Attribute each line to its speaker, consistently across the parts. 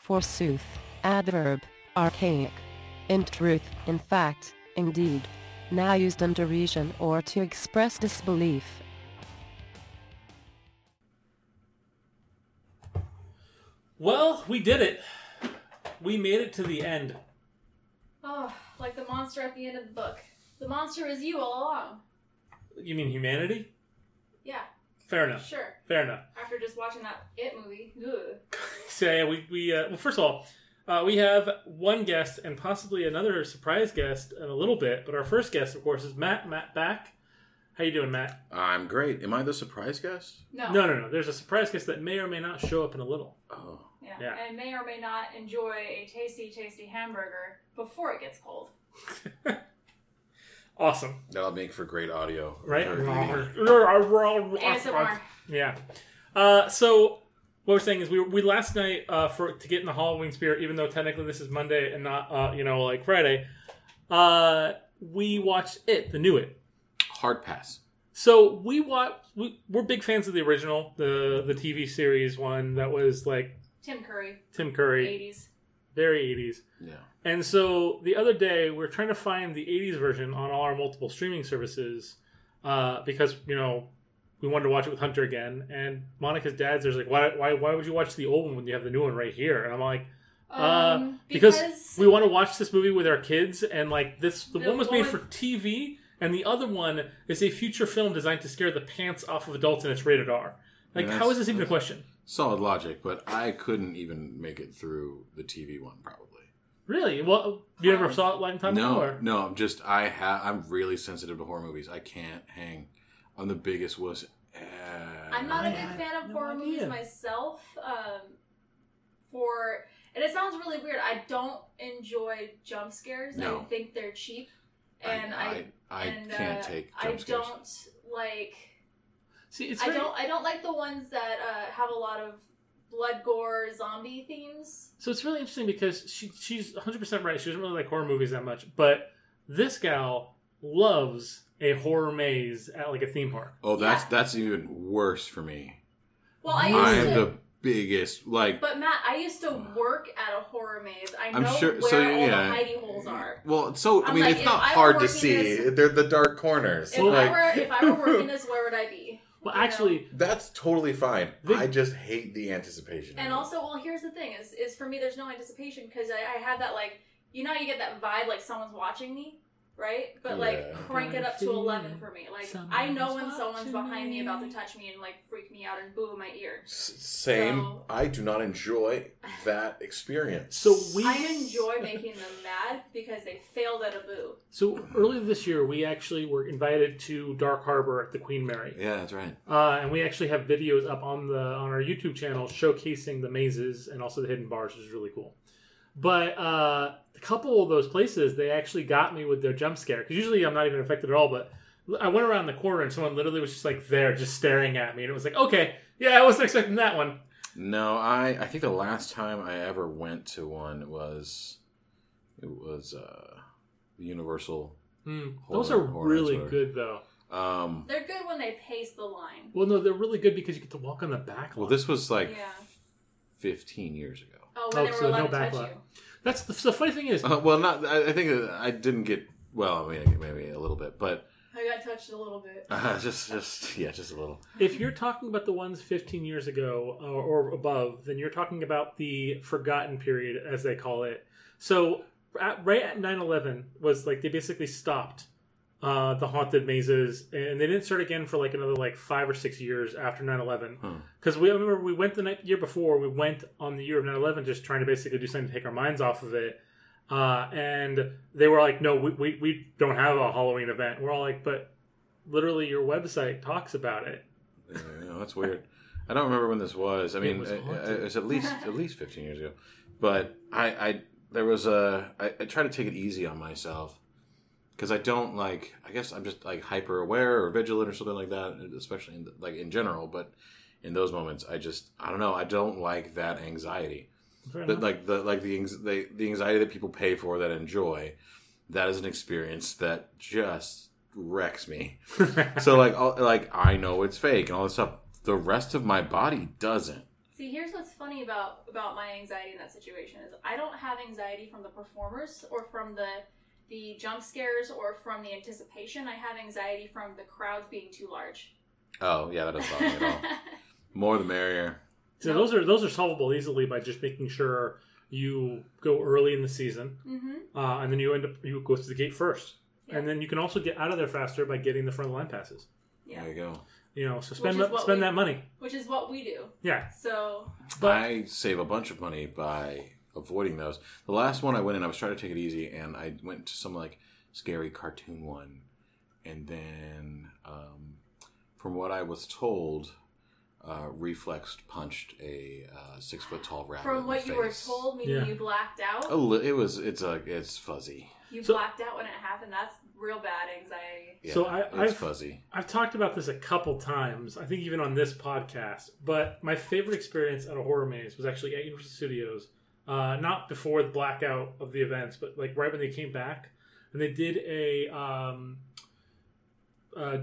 Speaker 1: forsooth, adverb, archaic. In truth, in fact, indeed. Now used in derision or to express disbelief.
Speaker 2: Well, we did it. We made it to the end.
Speaker 3: Oh, like the monster at the end of the book. The monster was you all along.
Speaker 2: You mean humanity?
Speaker 3: Yeah,
Speaker 2: Fair enough.
Speaker 3: sure.
Speaker 2: Fair enough.
Speaker 3: After just watching that It movie. Ugh.
Speaker 2: So yeah, we we uh, well, first of all, uh, we have one guest and possibly another surprise guest in a little bit. But our first guest, of course, is Matt. Matt back. How you doing, Matt?
Speaker 4: I'm great. Am I the surprise guest?
Speaker 3: No.
Speaker 2: No, no, no. There's a surprise guest that may or may not show up in a little.
Speaker 4: Oh,
Speaker 3: Yeah.
Speaker 2: Yeah.
Speaker 3: And may or may not enjoy a tasty, tasty hamburger before it gets cold.
Speaker 2: Awesome,
Speaker 4: that'll make for great audio.
Speaker 2: right?
Speaker 4: Or video.
Speaker 3: ASMR.
Speaker 2: Yeah. Uh, so what we're saying is we we last night uh, for to get in the Halloween spirit, even though technically this is Monday and not uh, you know like Friday, uh, we watched it, the new it.
Speaker 4: Hard pass.
Speaker 2: So we watch. We, we're big fans of the original, the the TV series one that was like
Speaker 3: Tim Curry,
Speaker 2: Tim Curry,
Speaker 3: 80s.
Speaker 2: very eighties.
Speaker 4: Yeah.
Speaker 2: And so the other day we are trying to find the eighties version on all our multiple streaming services uh, because you know we wanted to watch it with Hunter again. And Monica's dad's there's like, why why why would you watch the old one when you have the new one right here? And I'm like, Uh,
Speaker 3: Um,
Speaker 2: because
Speaker 3: because,
Speaker 2: we want to watch this movie with our kids and like this the
Speaker 3: The
Speaker 2: one was made
Speaker 3: one-
Speaker 2: for tv and the other one is a future film designed to scare the pants off of adults and it's rated r like
Speaker 4: Yeah,
Speaker 2: how is
Speaker 4: that's-
Speaker 2: this even a
Speaker 4: that's-
Speaker 2: question
Speaker 4: Solid logic, but I couldn't even make it through the TV one probably.
Speaker 2: really well you never
Speaker 3: Clowns.
Speaker 2: saw it live in time
Speaker 4: no,
Speaker 2: before?
Speaker 4: no, I'm just I have I'm really sensitive to horror movies. I can't hang. I'm the biggest wuss. ever.
Speaker 3: I'm not a
Speaker 2: I
Speaker 3: big
Speaker 2: have
Speaker 3: fan of
Speaker 2: no
Speaker 3: horror
Speaker 2: idea.
Speaker 3: movies myself. Um, for and it sounds really weird. I don't enjoy jump scares.
Speaker 4: No.
Speaker 3: I think they're cheap, and I,
Speaker 4: I, I
Speaker 3: and,
Speaker 4: can't
Speaker 3: uh,
Speaker 4: take
Speaker 3: I
Speaker 4: jump scares.
Speaker 3: don't like.
Speaker 2: see it's
Speaker 3: I
Speaker 2: very,
Speaker 3: don't. I don't like the ones that uh, have a lot of blood, gore, zombie themes.
Speaker 2: so it's really interesting because she she's 100% right she doesn't really like horror movies that much but this gal loves a horror maze at like a theme park
Speaker 4: Oh, that's
Speaker 3: Yeah.
Speaker 4: that's even worse for me.
Speaker 3: Well, I used
Speaker 2: Mine
Speaker 4: I am
Speaker 3: to.
Speaker 4: the biggest like
Speaker 3: but Matt, I used to work at a horror maze. I know where all the hidey holes are.
Speaker 4: Well, so I
Speaker 3: I'm
Speaker 4: mean,
Speaker 3: like,
Speaker 4: it's
Speaker 3: if
Speaker 4: not
Speaker 3: I were
Speaker 4: hard to
Speaker 3: working
Speaker 4: see.
Speaker 3: this-
Speaker 4: They're the dark corners.
Speaker 3: If
Speaker 2: like-
Speaker 3: I were, if I were working this, where would I be?
Speaker 2: well
Speaker 3: You know?
Speaker 2: actually
Speaker 5: That's totally fine.
Speaker 2: They-
Speaker 5: I just hate the anticipation.
Speaker 3: And also, well, here's the thing: is is for me, there's no anticipation because I, I have that like, you know, how you get that vibe like someone's watching me, right? But like,
Speaker 5: Yeah.
Speaker 3: crank it up to
Speaker 2: Watching
Speaker 3: eleven
Speaker 2: me.
Speaker 3: for me. Like, I
Speaker 2: Someone's
Speaker 3: know when someone's
Speaker 2: watching
Speaker 3: behind me about to
Speaker 2: me.
Speaker 3: touch me and like freak me out and boo in my ear.
Speaker 5: S- same.
Speaker 3: So-
Speaker 5: I do not enjoy that experience.
Speaker 2: so we
Speaker 3: I enjoy making them mad because they failed at a boo.
Speaker 2: So earlier this year, we actually were invited to Dark Harbor at the Queen Mary,
Speaker 4: Yeah, that's right.
Speaker 2: uh, and we actually have videos up on the on our YouTube channel showcasing the mazes and also the hidden bars, which is really cool. But uh, a couple of those places, they actually got me with their jump scare because usually I'm not even affected at all. But I went around the corner and someone literally was just like there, just staring at me, and it was like, okay, yeah, I wasn't expecting that one.
Speaker 4: No, I I think the last time I ever went to one was it was uh the Universal.
Speaker 2: Hmm.
Speaker 4: Horror-
Speaker 2: Those are
Speaker 4: horror,
Speaker 2: really
Speaker 4: sorry.
Speaker 2: good though.
Speaker 4: Um,
Speaker 3: They're good when they pace the line.
Speaker 2: Well, no, they're really good because you get to walk on the back.
Speaker 4: well,
Speaker 2: line.
Speaker 4: this was like
Speaker 3: Yeah.
Speaker 4: 15 years ago.
Speaker 3: Oh, when
Speaker 2: Oh,
Speaker 3: they were
Speaker 2: so
Speaker 3: allowed
Speaker 2: no
Speaker 3: to touch
Speaker 2: backlash.
Speaker 3: you.
Speaker 2: that's the, the funny thing is
Speaker 4: Uh, well, not I, I think that I didn't get well. I mean, maybe a little bit, but
Speaker 3: I got touched a little bit.
Speaker 4: uh, just just yeah, just a little.
Speaker 2: If you're talking about the ones 15 years ago or, or above, then you're talking about the forgotten period, as they call it. So, at, right at 9 11 was like they basically stopped uh, the haunted mazes, and they didn't start again for like another like five or six years after 9 11.
Speaker 4: Hmm.
Speaker 2: Because we I remember we went the night, year before, we went on the year of 9 11 just trying to basically do something to take our minds off of it. Uh, and they were like, no, we, we, we don't have a Halloween event. We're all like, but literally your website talks about it.
Speaker 4: Yeah, no, that's weird. I don't remember when this was. I
Speaker 2: It
Speaker 4: mean,
Speaker 2: was
Speaker 4: it it was,
Speaker 2: haunted.
Speaker 4: at least at least fifteen years ago. But I, I there was a I, I try to take it easy on myself because I don't like. I guess I'm just like hyper aware or vigilant or something like that, especially in, like in general. But in those moments, I just I don't know. I don't like that anxiety.
Speaker 2: Fair
Speaker 4: That
Speaker 2: enough.
Speaker 4: like the like the, anx- the the anxiety that people pay for that enjoy. That is an experience that just wrecks me so like all, like I know it's fake and all this stuff. The rest of my body doesn't.
Speaker 3: See, here's what's funny about about my anxiety in that situation is I don't have anxiety from the performers or from the the jump scares or from the anticipation. I have anxiety from the crowds being too large.
Speaker 6: Oh yeah, that doesn't bother me at all. More the merrier.
Speaker 2: So those are those are solvable easily by just making sure you go early in the season,
Speaker 3: hmm
Speaker 2: uh, and then you end up you go through the gate first, and then you can also get out of there faster by getting the front of the line passes.
Speaker 3: Yeah.
Speaker 6: There you go.
Speaker 2: You know, so spend
Speaker 3: Which is
Speaker 2: that-
Speaker 3: what
Speaker 2: spend
Speaker 3: we-
Speaker 2: that money.
Speaker 3: Which is what we do.
Speaker 2: Yeah,
Speaker 3: So
Speaker 2: but
Speaker 6: I save a bunch of money by avoiding those. The last one I went in, I was trying to take it easy, and I went to some like scary cartoon one, and then um, from what I was told, uh, reflexed punched a uh, six foot tall rabbit. in
Speaker 3: from
Speaker 6: the
Speaker 3: what you were
Speaker 6: face. Oh,
Speaker 3: told, meaning
Speaker 2: Yeah.
Speaker 3: you blacked out.
Speaker 6: A li- it was it's a it's fuzzy.
Speaker 3: You
Speaker 2: So-
Speaker 3: blacked out when it happened. That's real bad anxiety.
Speaker 6: Yeah,
Speaker 2: So I-
Speaker 6: it's
Speaker 2: I've-
Speaker 6: fuzzy.
Speaker 2: I've talked about this a couple times, I think even on this podcast, but my favorite experience at a horror maze was actually at Universal Studios, uh, not before the blackout of the events, but like right when they came back. And they did a um, uh,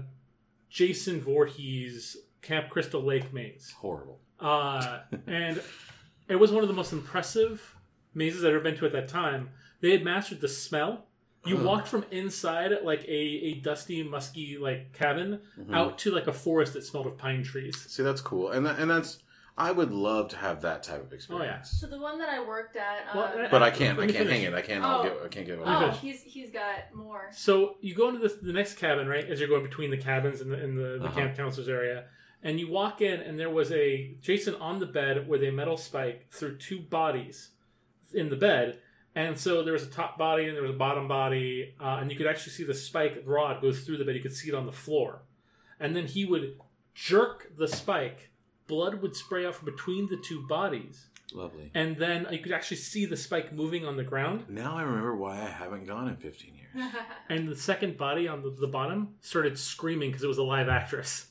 Speaker 2: Jason Voorhees Camp Crystal Lake maze.
Speaker 6: Horrible.
Speaker 2: Uh, and it was one of the most impressive mazes I'd ever been to at that time. They had mastered the smell. You
Speaker 6: Ugh.
Speaker 2: walked from inside like a, a dusty, musky like cabin
Speaker 6: Mhm.
Speaker 2: out to like a forest that smelled of pine trees.
Speaker 6: See, that's cool, and tha- and that's I would love to have that type of
Speaker 2: Oh,
Speaker 6: experience.
Speaker 3: So the one that I worked at. Um,
Speaker 2: Well, I-
Speaker 6: But I can't.
Speaker 2: Let
Speaker 6: I
Speaker 2: me
Speaker 6: can't
Speaker 2: finish.
Speaker 6: hang it. I can't.
Speaker 3: Oh.
Speaker 6: I'll get, I can't get away.
Speaker 3: oh,
Speaker 2: finish.
Speaker 3: he's he's got more.
Speaker 2: So you go into this, the next cabin, right? As you're going between the cabins and the, and the, the
Speaker 6: Uh-huh.
Speaker 2: camp counselors area, and you walk in, and there was a Jason on the bed with a metal spike through two bodies in the bed, and so there was a top body and there was a bottom body, uh, and you could actually see the spike rod goes through the bed. You could see it on the floor, and then he would jerk the spike. Blood would spray out from between the two bodies,
Speaker 6: Lovely.
Speaker 2: and then you could actually see the spike moving on the ground.
Speaker 6: Now I remember why I haven't gone in 15 years.
Speaker 2: and the second body on the, the bottom started screaming because it was a live actress.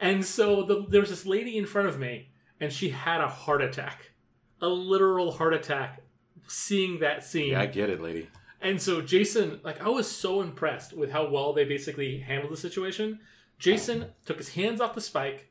Speaker 2: And so the, there was this lady in front of me, and she had a heart attack, a literal heart attack, seeing that scene.
Speaker 6: Yeah, I get it, lady.
Speaker 2: And so Jason, like, I was so impressed with how well they basically handled the situation. Jason took his hands off the spike,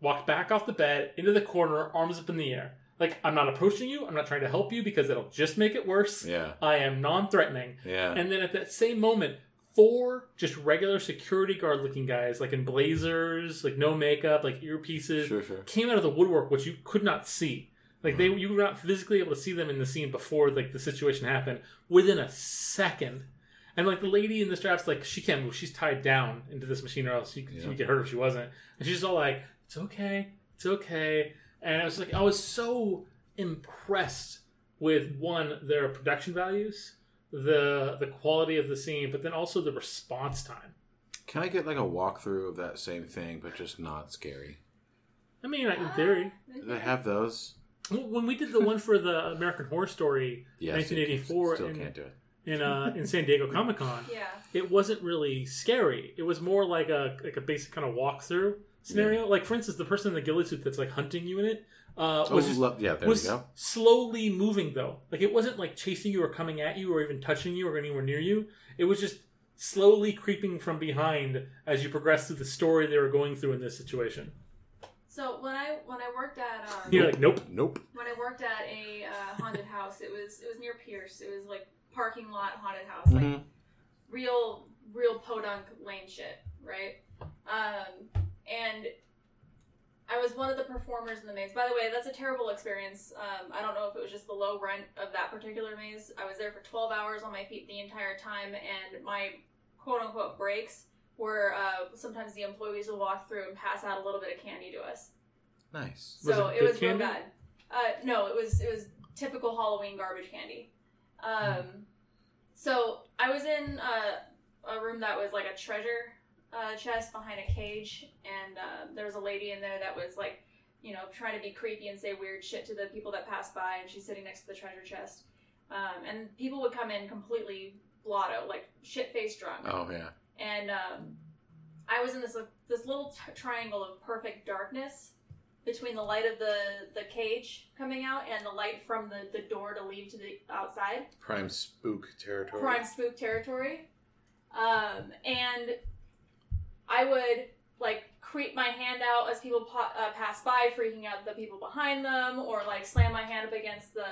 Speaker 2: walked back off the bed into the corner, arms up in the air. Like, I'm not approaching you. I'm not trying to help you because that'll just make it worse.
Speaker 6: Yeah,
Speaker 2: I am non-threatening.
Speaker 6: yeah.
Speaker 2: And then at that same moment, four just regular security guard looking guys, like in blazers, like no makeup, like earpieces,
Speaker 6: sure, Mm-hmm. sure.
Speaker 2: came out of the woodwork, which you could not see. Like they, you were not physically able to see them in the scene before like the situation happened. Within a second, and like the lady in the straps, like she can't move. She's tied down into this machine, or else she could, she
Speaker 6: Yeah.
Speaker 2: would get hurt if she wasn't. And she's all like, "It's okay, it's okay." And I was like, I was so impressed with one their production values, the the quality of the scene, but then also the response time.
Speaker 6: Can I get like a walkthrough of that same thing, but just not scary?
Speaker 2: I mean, like, in theory,
Speaker 6: Do they have those?
Speaker 2: when we did the one for the American Horror Story.
Speaker 6: Yeah,
Speaker 2: 1984
Speaker 6: Still
Speaker 2: and-
Speaker 6: can't do it.
Speaker 2: in uh, in San Diego Comic Con,
Speaker 3: Yeah.
Speaker 2: it wasn't really scary. It was more like a like a basic kind of walkthrough scenario. Like for instance, the person in the ghillie suit that's like hunting you in it uh,
Speaker 6: Oh,
Speaker 2: was just,
Speaker 6: lo- yeah, there we
Speaker 2: was
Speaker 6: go.
Speaker 2: slowly moving though. Like it wasn't like chasing you or coming at you or even touching you or anywhere near you. It was just slowly creeping from behind as you progress through the story they were going through in this situation.
Speaker 3: So when I when I worked at um,
Speaker 2: You're like, nope.
Speaker 6: Nope.
Speaker 3: when I worked at a uh, haunted house, it was it was near Pierce. It was like parking lot haunted house,
Speaker 2: Mm-hmm.
Speaker 3: like
Speaker 4: Mm-hmm.
Speaker 6: Mhm.
Speaker 3: real real podunk lame shit, right? Um, and I was one of the performers in the maze. By the way, that's a terrible experience. Um, I don't know if it was just the low rent of that particular maze. I was there for 12 hours on my feet the entire time, and my quote unquote breaks were uh, sometimes the employees will walk through and pass out a little bit of candy to us.
Speaker 6: Nice.
Speaker 2: Was
Speaker 3: So
Speaker 2: it
Speaker 3: it,
Speaker 2: good
Speaker 3: was real
Speaker 2: candy?
Speaker 3: bad. Uh, no, it was it was typical Halloween garbage candy. Um, so I was in uh, a room that was like a treasure uh, chest behind a cage, and uh, there was a lady in there that was like, you know, trying to be creepy and say weird shit to the people that passed by, and she's sitting next to the treasure chest, um, and people would come in completely blotto, like shit faced drunk
Speaker 6: Oh yeah.
Speaker 3: and um, I was in this this little t- triangle of perfect darkness between the light of the the cage coming out and the light from the the door to leave to the outside.
Speaker 6: Prime spook territory.
Speaker 3: Prime spook territory. Um, and I would like creep my hand out as people po- uh, pass by, freaking out the people behind them, or like slam my hand up against the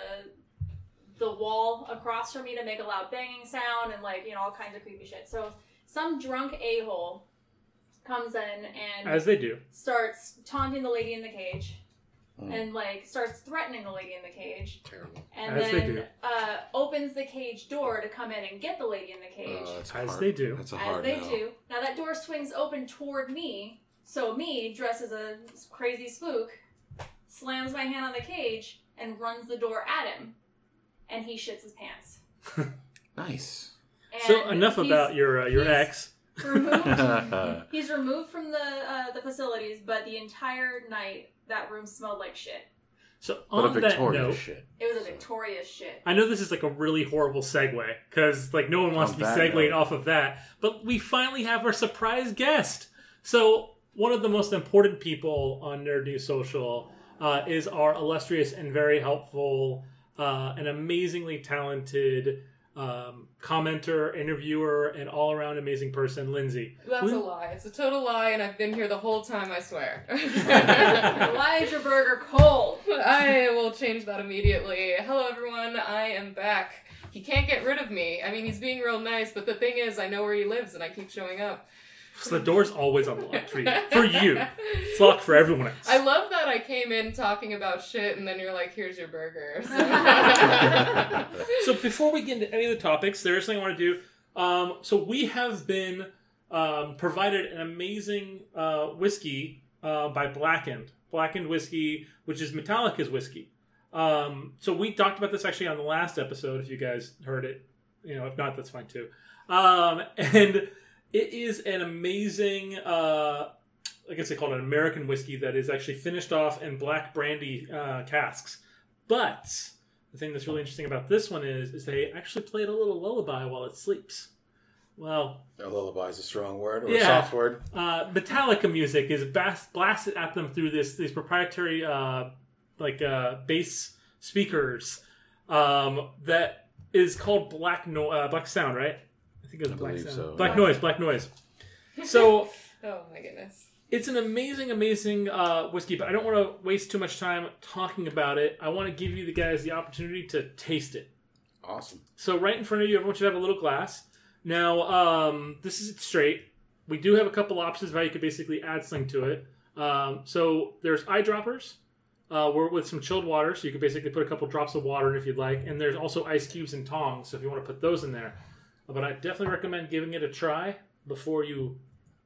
Speaker 3: the wall across from me to make a loud banging sound, and like you know all kinds of creepy shit. So some drunk a hole comes in and
Speaker 2: As they do.
Speaker 3: starts taunting the lady in the cage,
Speaker 6: Mm.
Speaker 3: and like starts threatening the lady in the cage,
Speaker 4: Terrible.
Speaker 3: and
Speaker 2: As they
Speaker 3: then
Speaker 2: do.
Speaker 3: Uh, opens the cage door to come in and get the lady in the cage.
Speaker 6: Oh, that's
Speaker 2: As
Speaker 6: hard.
Speaker 2: they do.
Speaker 6: That's a
Speaker 3: As
Speaker 6: hard
Speaker 3: they
Speaker 6: no.
Speaker 3: do. Now that door swings open toward me, so me, dressed as a crazy spook, slams my hand on the cage and runs the door at him, and he shits his pants.
Speaker 6: Nice.
Speaker 3: And
Speaker 2: So enough
Speaker 3: he's
Speaker 2: about your uh, your
Speaker 3: he's-
Speaker 2: ex.
Speaker 3: Removed, he's removed from the uh, the facilities, but the entire night that room smelled like shit.
Speaker 2: So
Speaker 6: But a
Speaker 2: on that
Speaker 6: Victoria
Speaker 2: note,
Speaker 6: shit.
Speaker 3: It was a Victoria's shit.
Speaker 2: I know this is like a really horrible segue because like no one wants
Speaker 6: On
Speaker 2: to be
Speaker 6: that
Speaker 2: segued
Speaker 6: note.
Speaker 2: off of that, but we finally have our surprise guest. So one of the most important people on Nerd News Social uh, is our illustrious and very helpful uh, and amazingly talented um, commenter, interviewer, and all around amazing person, Lindsay.
Speaker 7: That's
Speaker 2: Lin-
Speaker 7: a lie. It's a total lie, and I've been here the whole time, I swear.
Speaker 3: Why is your burger cold?
Speaker 7: I will change that immediately. Hello, everyone. I am back. He can't get rid of me. I mean, he's being real nice, but the thing is, I know where he lives, and I keep showing up.
Speaker 2: So the door's always unlocked for you. For you, it's locked for everyone else.
Speaker 7: I love that I came in talking about shit, and then you're like, "Here's your burger."
Speaker 2: so before we get into any of the topics, there is something I want to do. Um, so we have been um, provided an amazing uh, whiskey uh, by Blackened, Blackened whiskey, which is Metallica's whiskey. Um, so we talked about this actually on the last episode. If you guys heard it, you know, if not, that's fine too. Um, and it is an amazing. Uh, I guess they call it an American whiskey that is actually finished off in black brandy uh, casks. But the thing that's really interesting about this one is is they actually play it a little lullaby while it sleeps. Well,
Speaker 4: A lullaby is a strong word or
Speaker 2: Yeah.
Speaker 4: a soft word.
Speaker 2: uh, Metallica music is bas- blasted at them through this these proprietary uh, like uh, bass speakers um, that is called black no- uh, black sound, right? I think it was
Speaker 6: I
Speaker 2: black
Speaker 6: believe
Speaker 2: sound.
Speaker 6: so,
Speaker 2: Black
Speaker 6: yeah.
Speaker 2: noise, black noise. So
Speaker 7: oh my goodness.
Speaker 2: it's an amazing, amazing uh, whiskey, but I don't want to waste too much time talking about it. I want to give you the guys the opportunity to taste it.
Speaker 4: Awesome.
Speaker 2: So right in front of you, everyone should have a little glass. Now, um, this is straight. We do have a couple options of how you could basically add something to it. Um, so there's eyedroppers. Uh, we're with some chilled water, so you could basically put a couple drops of water in if you'd like. And there's also ice cubes and tongs, so if you want to put those in there. But I definitely recommend giving it a try before you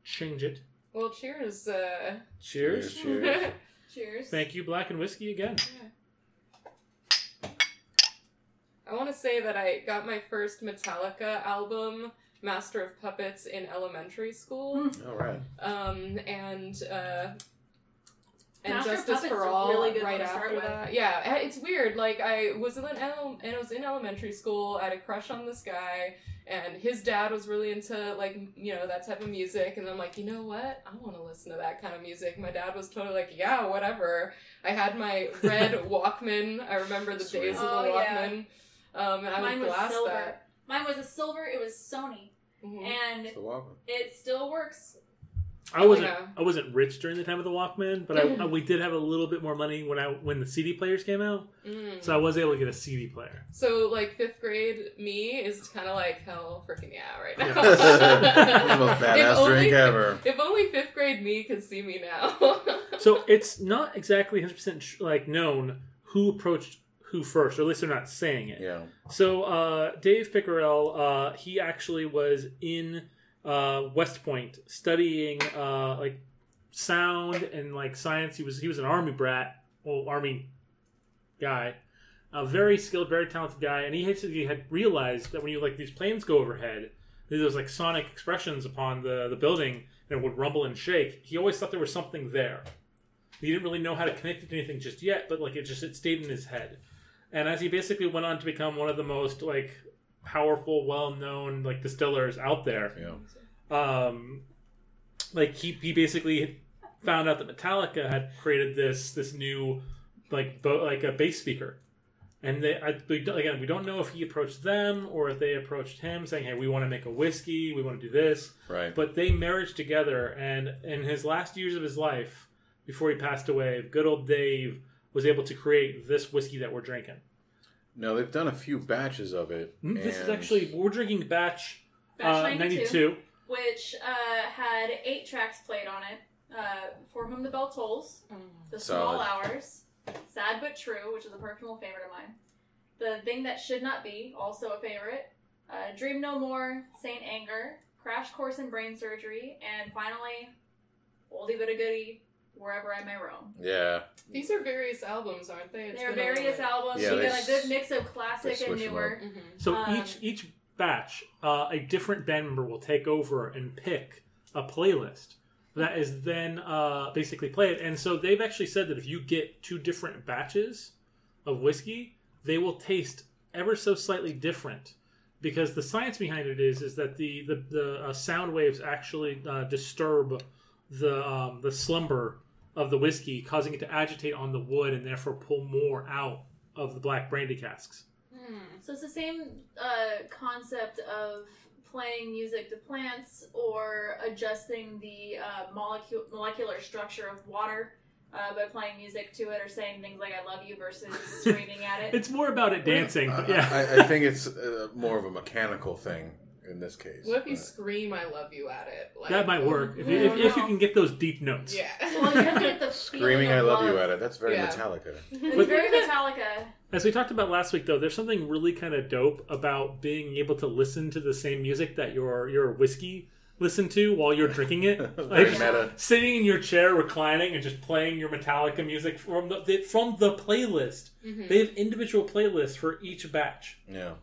Speaker 2: change it.
Speaker 7: Well, cheers. Uh...
Speaker 2: Cheers.
Speaker 4: Cheers.
Speaker 3: Cheers.
Speaker 2: Thank you, Black and Whiskey, again.
Speaker 7: I want to say that I got my first Metallica album, Master of Puppets, in elementary school,
Speaker 4: All right.
Speaker 7: um, and uh, and
Speaker 3: Master of
Speaker 7: Justice
Speaker 3: Puppets
Speaker 7: for
Speaker 3: is a
Speaker 7: All
Speaker 3: really good
Speaker 7: right
Speaker 3: one to start
Speaker 7: after
Speaker 3: with.
Speaker 7: that. Yeah, I- it's weird. Like I was in ele- and I was in elementary school. I had a crush on this guy, and his dad was really into like m- you know that type of music. And I'm like, you know what? I want to listen to that kind of music. My dad was totally like, yeah, whatever. I had my red Walkman. I remember the
Speaker 6: Sweet.
Speaker 7: days of the
Speaker 3: Oh, yeah.
Speaker 7: Walkman. Um, and I
Speaker 3: Mine
Speaker 7: would
Speaker 3: was
Speaker 7: blast
Speaker 3: silver.
Speaker 7: that.
Speaker 3: Mine was a silver. It was Sony,
Speaker 7: Mhm.
Speaker 3: and
Speaker 4: So welcome.
Speaker 3: it still works.
Speaker 2: I wasn't
Speaker 7: Yeah.
Speaker 2: I wasn't rich during the time of the Walkman, but I, we did have a little bit more money when I when the CD players came out.
Speaker 7: Mm.
Speaker 2: So I was able to get a CD player.
Speaker 7: So, like, fifth grade me is kind of like, hell freaking yeah, right now.
Speaker 4: the most
Speaker 7: if,
Speaker 4: badass
Speaker 7: only,
Speaker 4: drink ever.
Speaker 7: if only fifth grade me could see me now.
Speaker 2: So it's not exactly 100% sh- like known who approached who first, or at least they're not saying it.
Speaker 4: Yeah.
Speaker 2: So uh, Dave Pickerel, uh, he actually was in uh, West Point studying uh, like sound and like science. He was he was an army brat, well army guy, a very skilled, very talented guy, and he basically had realized that when you like these planes go overhead, there was like sonic expressions upon the the building and it would rumble and shake. He always thought there was something there. He didn't really know how to connect it to anything just yet, but like it just it stayed in his head and as he basically went on to become one of the most like powerful well-known like distillers out there
Speaker 4: Yeah.
Speaker 2: um like he, he basically found out that metallica had created this this new like bo- like a bass speaker And they, I, we, don't- again, we don't know if he approached them or if they approached him, saying, "Hey, we want to make a whiskey, we want to do this."
Speaker 6: Right.
Speaker 2: But they married together, and in his last years of his life, before he passed away, good old Dave was able to create this whiskey that we're drinking.
Speaker 4: No, they've done a few batches of it.
Speaker 2: Mm, This is
Speaker 4: and-
Speaker 2: actually we're drinking batch,
Speaker 3: Batch
Speaker 2: uh,
Speaker 3: 92,
Speaker 2: 92.
Speaker 3: which uh, had eight tracks played on it. Uh, For Whom the Bell Tolls, The Small
Speaker 6: Solid.
Speaker 3: Hours, Sad But True, which is a personal favorite of mine, The Thing That Should Not Be, also a favorite, uh, Dream No More, Saint Anger, Crash Course in Brain Surgery, and finally, oldie but a goodie, Wherever I May Roam.
Speaker 4: Yeah.
Speaker 7: These are various albums, aren't they? It's
Speaker 3: there are
Speaker 7: been a-
Speaker 3: various albums.
Speaker 4: Yeah,
Speaker 3: you
Speaker 4: they
Speaker 3: get like this
Speaker 4: s-
Speaker 3: mix of
Speaker 4: they
Speaker 3: classic and
Speaker 4: switch 'em
Speaker 3: newer.
Speaker 4: up.
Speaker 7: Mhm.
Speaker 2: So
Speaker 3: Um,
Speaker 2: each each batch, uh, a different band member will take over and pick a playlist that is then uh, basically played. And so they've actually said that if you get two different batches of whiskey, they will taste ever so slightly different. Because the science behind it is is that the the, the uh, sound waves actually uh, disturb the um, the slumber of the whiskey, causing it to agitate on the wood and therefore pull more out of the black brandy casks.
Speaker 7: Hmm.
Speaker 3: So it's the same uh, concept of playing music to plants or adjusting the uh, molecule molecular structure of water uh, by playing music to it or saying things like "I love you" versus screaming at it.
Speaker 2: It's more about it dancing,
Speaker 4: I-
Speaker 2: but yeah.
Speaker 4: Uh, I, I think it's uh, more of a mechanical thing in this case. Uh,
Speaker 7: What if you
Speaker 4: but-
Speaker 7: scream "I love you" at it? Like,
Speaker 2: that might work if,
Speaker 3: Yeah,
Speaker 2: if, if you
Speaker 3: no.
Speaker 2: can get those deep notes.
Speaker 7: Yeah.
Speaker 3: well, you have to get the feeling
Speaker 4: Screaming I
Speaker 3: of
Speaker 4: love you
Speaker 3: love.
Speaker 4: at it. That's very
Speaker 7: Yeah.
Speaker 4: Metallica.
Speaker 3: It's very Metallica.
Speaker 2: As we talked about last week, though, there's something really kind of dope about being able to listen to the same music that your your whiskey listened to while you're drinking it.
Speaker 4: Very meta.
Speaker 2: sitting in your chair, reclining, and just playing your Metallica music from the they- from the playlist.
Speaker 7: Mhm.
Speaker 2: They have individual playlists for each batch.
Speaker 4: Yeah.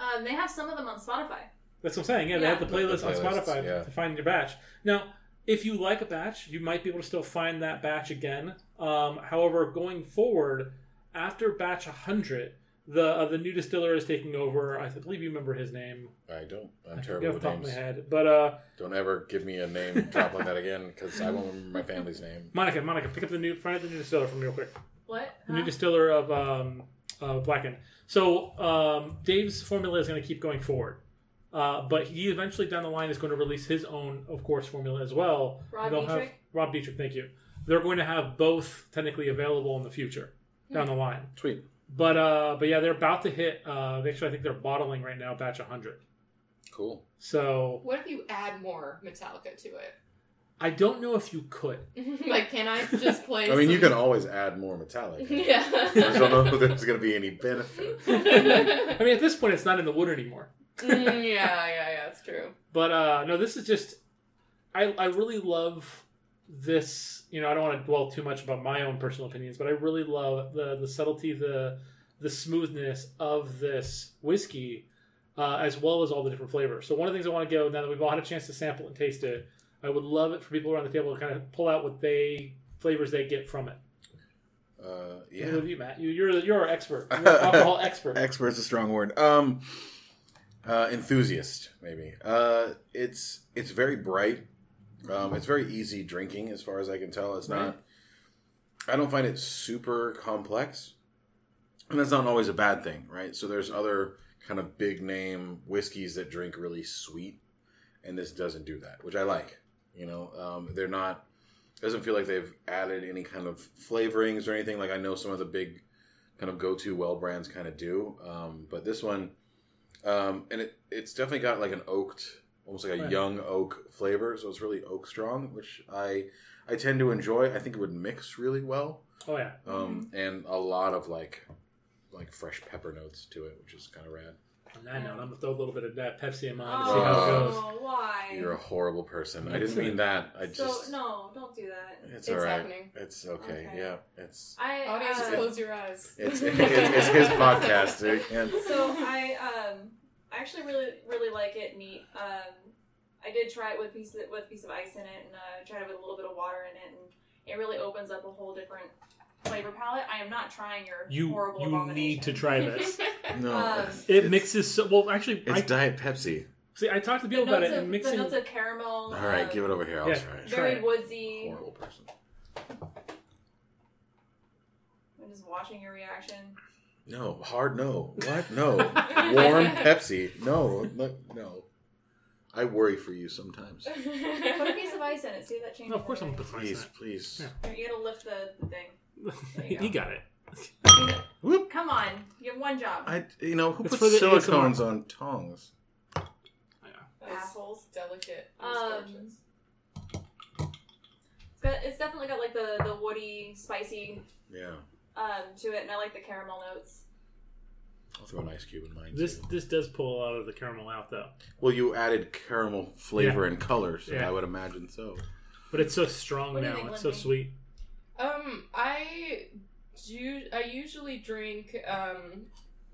Speaker 3: Um, they have some of them on Spotify.
Speaker 2: That's what I'm saying. Yeah, they
Speaker 3: Yeah.
Speaker 2: have the playlist
Speaker 4: The
Speaker 2: on
Speaker 4: playlists,
Speaker 2: Spotify
Speaker 4: yeah.
Speaker 2: to find your batch. Now, if you like a batch, you might be able to still find that batch again. Um, however, going forward, after batch 100, the uh, the new distiller is taking over. I believe you remember his name.
Speaker 4: I don't. I'm
Speaker 2: I
Speaker 4: terrible
Speaker 2: forget off
Speaker 4: with
Speaker 2: the top of my
Speaker 4: names.
Speaker 2: head. But uh,
Speaker 4: Don't ever give me a name drop like that again because I won't remember my family's name.
Speaker 2: Monica, Monica, pick up the new find the new distiller from me real quick.
Speaker 3: What?
Speaker 2: The new
Speaker 3: Huh?
Speaker 2: distiller of um, uh, Blacken. So um, Dave's formula is going to keep going forward. Uh, but he eventually down the line is going to release his own, of course, formula as well.
Speaker 3: Rob
Speaker 2: They'll have-
Speaker 3: Dietrich?
Speaker 2: Rob Dietrich, thank you. They're going to have both technically available in the future
Speaker 3: Hmm.
Speaker 2: down the line.
Speaker 4: Sweet.
Speaker 2: But uh, but yeah, they're about to hit. Uh, actually, I think they're bottling right now, batch 100.
Speaker 4: Cool.
Speaker 2: So
Speaker 7: What if you add more Metallica to
Speaker 2: I don't know if you could.
Speaker 7: it? like, can I just play?
Speaker 4: I mean, you
Speaker 7: some-
Speaker 4: can always add more Metallica. I just don't
Speaker 7: Yeah.
Speaker 4: know if there's going to be any benefit.
Speaker 7: Mm,
Speaker 2: I mean, at this point, it's not in the wood anymore.
Speaker 7: yeah, yeah, yeah. It's true.
Speaker 2: But uh, no, this is just I I really love this. You know, I don't want to dwell too much about my own personal opinions, but I really love the the subtlety, the the smoothness of this whiskey, uh, as well as all the different flavors. So one of the things I want to go now that we've all had a chance to sample and taste it, I would love it for people around the table to kind of pull out what they flavors they get from it.
Speaker 4: Uh,
Speaker 2: What
Speaker 4: yeah.
Speaker 2: about you, Matt? You, you're you're our expert, you're an alcohol expert.
Speaker 4: Expert's a strong word. Um, uh, enthusiast, maybe. Uh, it's it's very bright. Um, it's very easy drinking, as far as I can tell. It's not. I don't find it super complex, and that's not always a bad thing, right? So there's other kind of big name whiskeys that drink really sweet, and this doesn't do that, which I like. You know, um, they're not. It doesn't feel like they've added any kind of flavorings or anything. Like I know some of the big kind of go-to well brands kind of do, um, but this one, um, and it it's definitely got like an oaked, almost like a
Speaker 2: Right.
Speaker 4: young oak flavor. So it's really oak strong, which I I tend to enjoy. I think it would mix really well,
Speaker 2: Oh yeah,
Speaker 4: um, and a lot of like like fresh pepper notes to it, which is kind of rad.
Speaker 2: on that note, I'm gonna throw a little bit of that Pepsi in mine to see how it goes.
Speaker 3: Oh, why?
Speaker 4: You're a horrible person. I didn't mean that. I just
Speaker 3: So no, don't do that.
Speaker 4: it's
Speaker 7: It's
Speaker 4: all right.
Speaker 7: happening.
Speaker 4: It's okay.
Speaker 3: Okay.
Speaker 4: Yeah, it's
Speaker 3: I
Speaker 7: Audience,
Speaker 3: uh,
Speaker 7: close your eyes.
Speaker 4: it's, it's, it's his podcast, dude. And
Speaker 3: so I um I actually really really like it neat. Um, I did try it with piece of, with a piece of ice in it and uh, tried it with a little bit of water in it, and it really opens up a whole different flavor palette. I am not trying your
Speaker 2: You
Speaker 3: horrible.
Speaker 2: you need to try this.
Speaker 4: no,
Speaker 3: Um,
Speaker 4: it's-
Speaker 2: It
Speaker 4: it's-
Speaker 2: mixes so well. Actually,
Speaker 4: It's
Speaker 2: I,
Speaker 4: Diet Pepsi.
Speaker 2: see, I talked to
Speaker 3: The
Speaker 2: people about
Speaker 3: notes
Speaker 2: it
Speaker 3: of,
Speaker 2: and mixing.
Speaker 3: the notes of caramel.
Speaker 4: All right,
Speaker 3: um,
Speaker 4: give it over here. I'll
Speaker 2: yeah.
Speaker 4: try it.
Speaker 2: Try
Speaker 3: Very
Speaker 2: it.
Speaker 3: woodsy.
Speaker 4: Horrible person.
Speaker 3: I'm just watching your reaction.
Speaker 4: No, hard no. What? No. Warm Pepsi. No, no, no. I worry for you sometimes.
Speaker 3: Put a piece of ice in it. See if that changes.
Speaker 2: No, Oh, of course I'm
Speaker 3: anything.
Speaker 2: gonna put
Speaker 4: Please,
Speaker 2: ice
Speaker 4: please.
Speaker 2: Yeah.
Speaker 3: Here, You gotta lift the, the thing.
Speaker 2: in
Speaker 3: There
Speaker 2: it.
Speaker 3: you
Speaker 2: He got it.
Speaker 4: Whoop.
Speaker 3: Come on, you have one job.
Speaker 4: I, you know, who
Speaker 2: It's
Speaker 4: puts
Speaker 2: for the
Speaker 4: silicones on tongues?
Speaker 3: Assholes.
Speaker 7: Delicate. It
Speaker 3: Um,
Speaker 7: was gorgeous.
Speaker 3: It's, got, it's definitely got like the the woody, spicy
Speaker 4: Yeah.
Speaker 3: um to it, and I like the caramel notes.
Speaker 4: I'll throw an ice cube in mine.
Speaker 2: This
Speaker 4: too.
Speaker 2: this does pull a lot of the caramel out though,
Speaker 4: Well, you added caramel flavor and color, so
Speaker 2: Yeah.
Speaker 4: I would imagine so.
Speaker 2: but it's so strong
Speaker 3: What do you
Speaker 2: now.
Speaker 3: think,
Speaker 2: it's so
Speaker 3: Lindsay?
Speaker 2: sweet.
Speaker 7: Um, I do. I usually drink um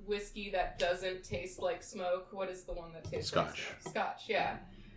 Speaker 7: whiskey that doesn't taste like smoke. What is the one that tastes
Speaker 4: Scotch.
Speaker 7: like smoke? Scotch? Yeah.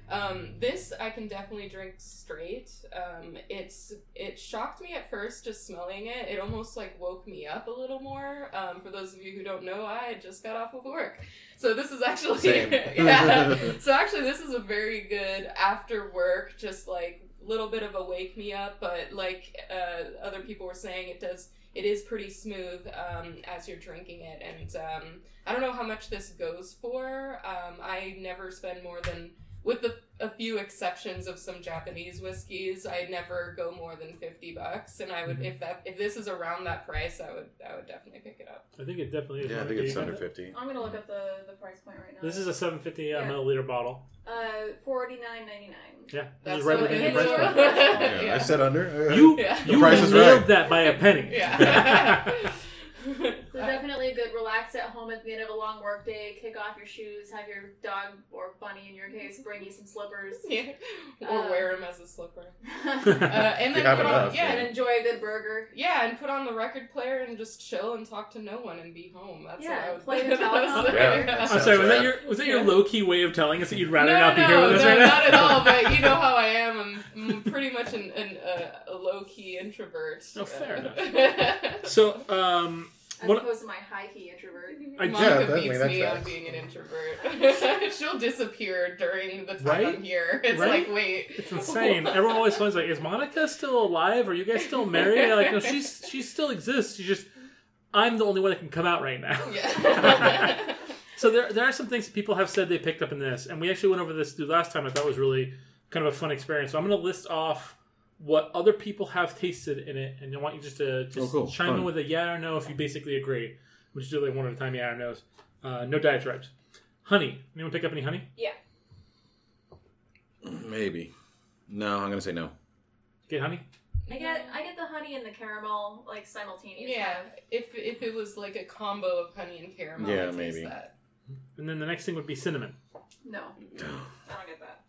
Speaker 7: Um, this I can definitely drink straight. Um, it's it shocked me at first just smelling it. It almost like woke me up a little more. Um, for those of you who don't know, I had just got off of work, so this is actually
Speaker 4: Same.
Speaker 7: yeah. So actually, this is a very good after work, just like little bit of a wake me up. But like uh, other people were saying, it does. It is pretty smooth um, as you're drinking it, and um, I don't know how much this goes for. Um, I never spend more than, with the, a few exceptions of some Japanese whiskeys, I never go more than fifty bucks. And I would,
Speaker 2: Mm-hmm.
Speaker 7: if that, if this is around that price, I would, I would definitely pick it up.
Speaker 2: I think it definitely is.
Speaker 4: Yeah, I
Speaker 2: one
Speaker 4: think
Speaker 2: of
Speaker 4: it's
Speaker 2: the-
Speaker 4: under 50.
Speaker 3: I'm gonna look up the the price point right now.
Speaker 2: This is a 750
Speaker 7: Yeah.
Speaker 2: milliliter bottle.
Speaker 3: uh forty nine ninety nine.
Speaker 2: Yeah, this
Speaker 7: That's
Speaker 2: is right
Speaker 7: what
Speaker 2: within the price
Speaker 7: it is.
Speaker 2: point.
Speaker 4: Yeah, I
Speaker 7: Yeah.
Speaker 4: said under.
Speaker 2: You
Speaker 7: Yeah.
Speaker 4: The
Speaker 2: you
Speaker 4: price is
Speaker 2: nailed
Speaker 4: right.
Speaker 2: that by a penny.
Speaker 7: Yeah.
Speaker 3: So definitely good. Relax at home at the end of a long work day. Kick off your shoes. Have your dog or bunny in your case bring you some slippers.
Speaker 7: Yeah. Or
Speaker 3: Um,
Speaker 7: wear them as a slipper.
Speaker 2: I
Speaker 7: Uh, and
Speaker 4: If you
Speaker 7: then
Speaker 4: have
Speaker 7: put on,
Speaker 4: enough,
Speaker 7: yeah,
Speaker 4: yeah.
Speaker 7: and
Speaker 3: Enjoy a good burger.
Speaker 7: yeah, and put on the record player and just chill and talk to no one and be home. That's
Speaker 3: Yeah,
Speaker 7: what I would
Speaker 3: play
Speaker 7: that
Speaker 3: Metallica.
Speaker 7: was-
Speaker 4: Yeah.
Speaker 2: am sorry. Was that your was that your
Speaker 7: Yeah.
Speaker 2: low key way of telling us that you'd rather
Speaker 7: no,
Speaker 2: not be
Speaker 7: no,
Speaker 2: here with
Speaker 7: no,
Speaker 2: us right now?
Speaker 7: not at all. But you know how I am. I'm, I'm pretty much an, an, uh, a low key introvert.
Speaker 2: Oh, fair enough.
Speaker 7: enough.
Speaker 2: So, um,
Speaker 3: As
Speaker 2: What-
Speaker 3: opposed to my high key introvert.
Speaker 2: I
Speaker 7: Monica
Speaker 4: Yeah, that- I mean,
Speaker 7: beats
Speaker 4: that
Speaker 7: me on
Speaker 4: tracks.
Speaker 7: being an introvert. She'll disappear during the time
Speaker 2: Right?
Speaker 7: I'm here. It's
Speaker 2: Right?
Speaker 7: like, wait,
Speaker 2: it's insane. Everyone always finds like, is Monica still alive? Are you guys still married? Like, no, she's she still exists. She just, I'm the only one that can come out right now.
Speaker 7: Yeah.
Speaker 2: So there, there are some things that people have said they picked up in this, and we actually went over this through last time. I thought was really kind of a fun experience. So I'm going to list off what other people have tasted in it, and I want you just to just
Speaker 4: Oh, cool.
Speaker 2: chime in
Speaker 4: Fun.
Speaker 2: with a yeah or no if you basically agree. We'll just do like one at a time, yeah or no's. Uh, no diatribes. Honey. Anyone pick up any honey?
Speaker 3: Yeah.
Speaker 4: Maybe. No, I'm going to say no.
Speaker 2: Get honey.
Speaker 3: I get I get the honey and the caramel like simultaneous.
Speaker 7: Yeah, if if it was like a combo of honey and caramel,
Speaker 4: Yeah,
Speaker 7: I'd taste
Speaker 4: maybe.
Speaker 7: That.
Speaker 2: And then the next thing would be cinnamon.
Speaker 3: No, I don't get that.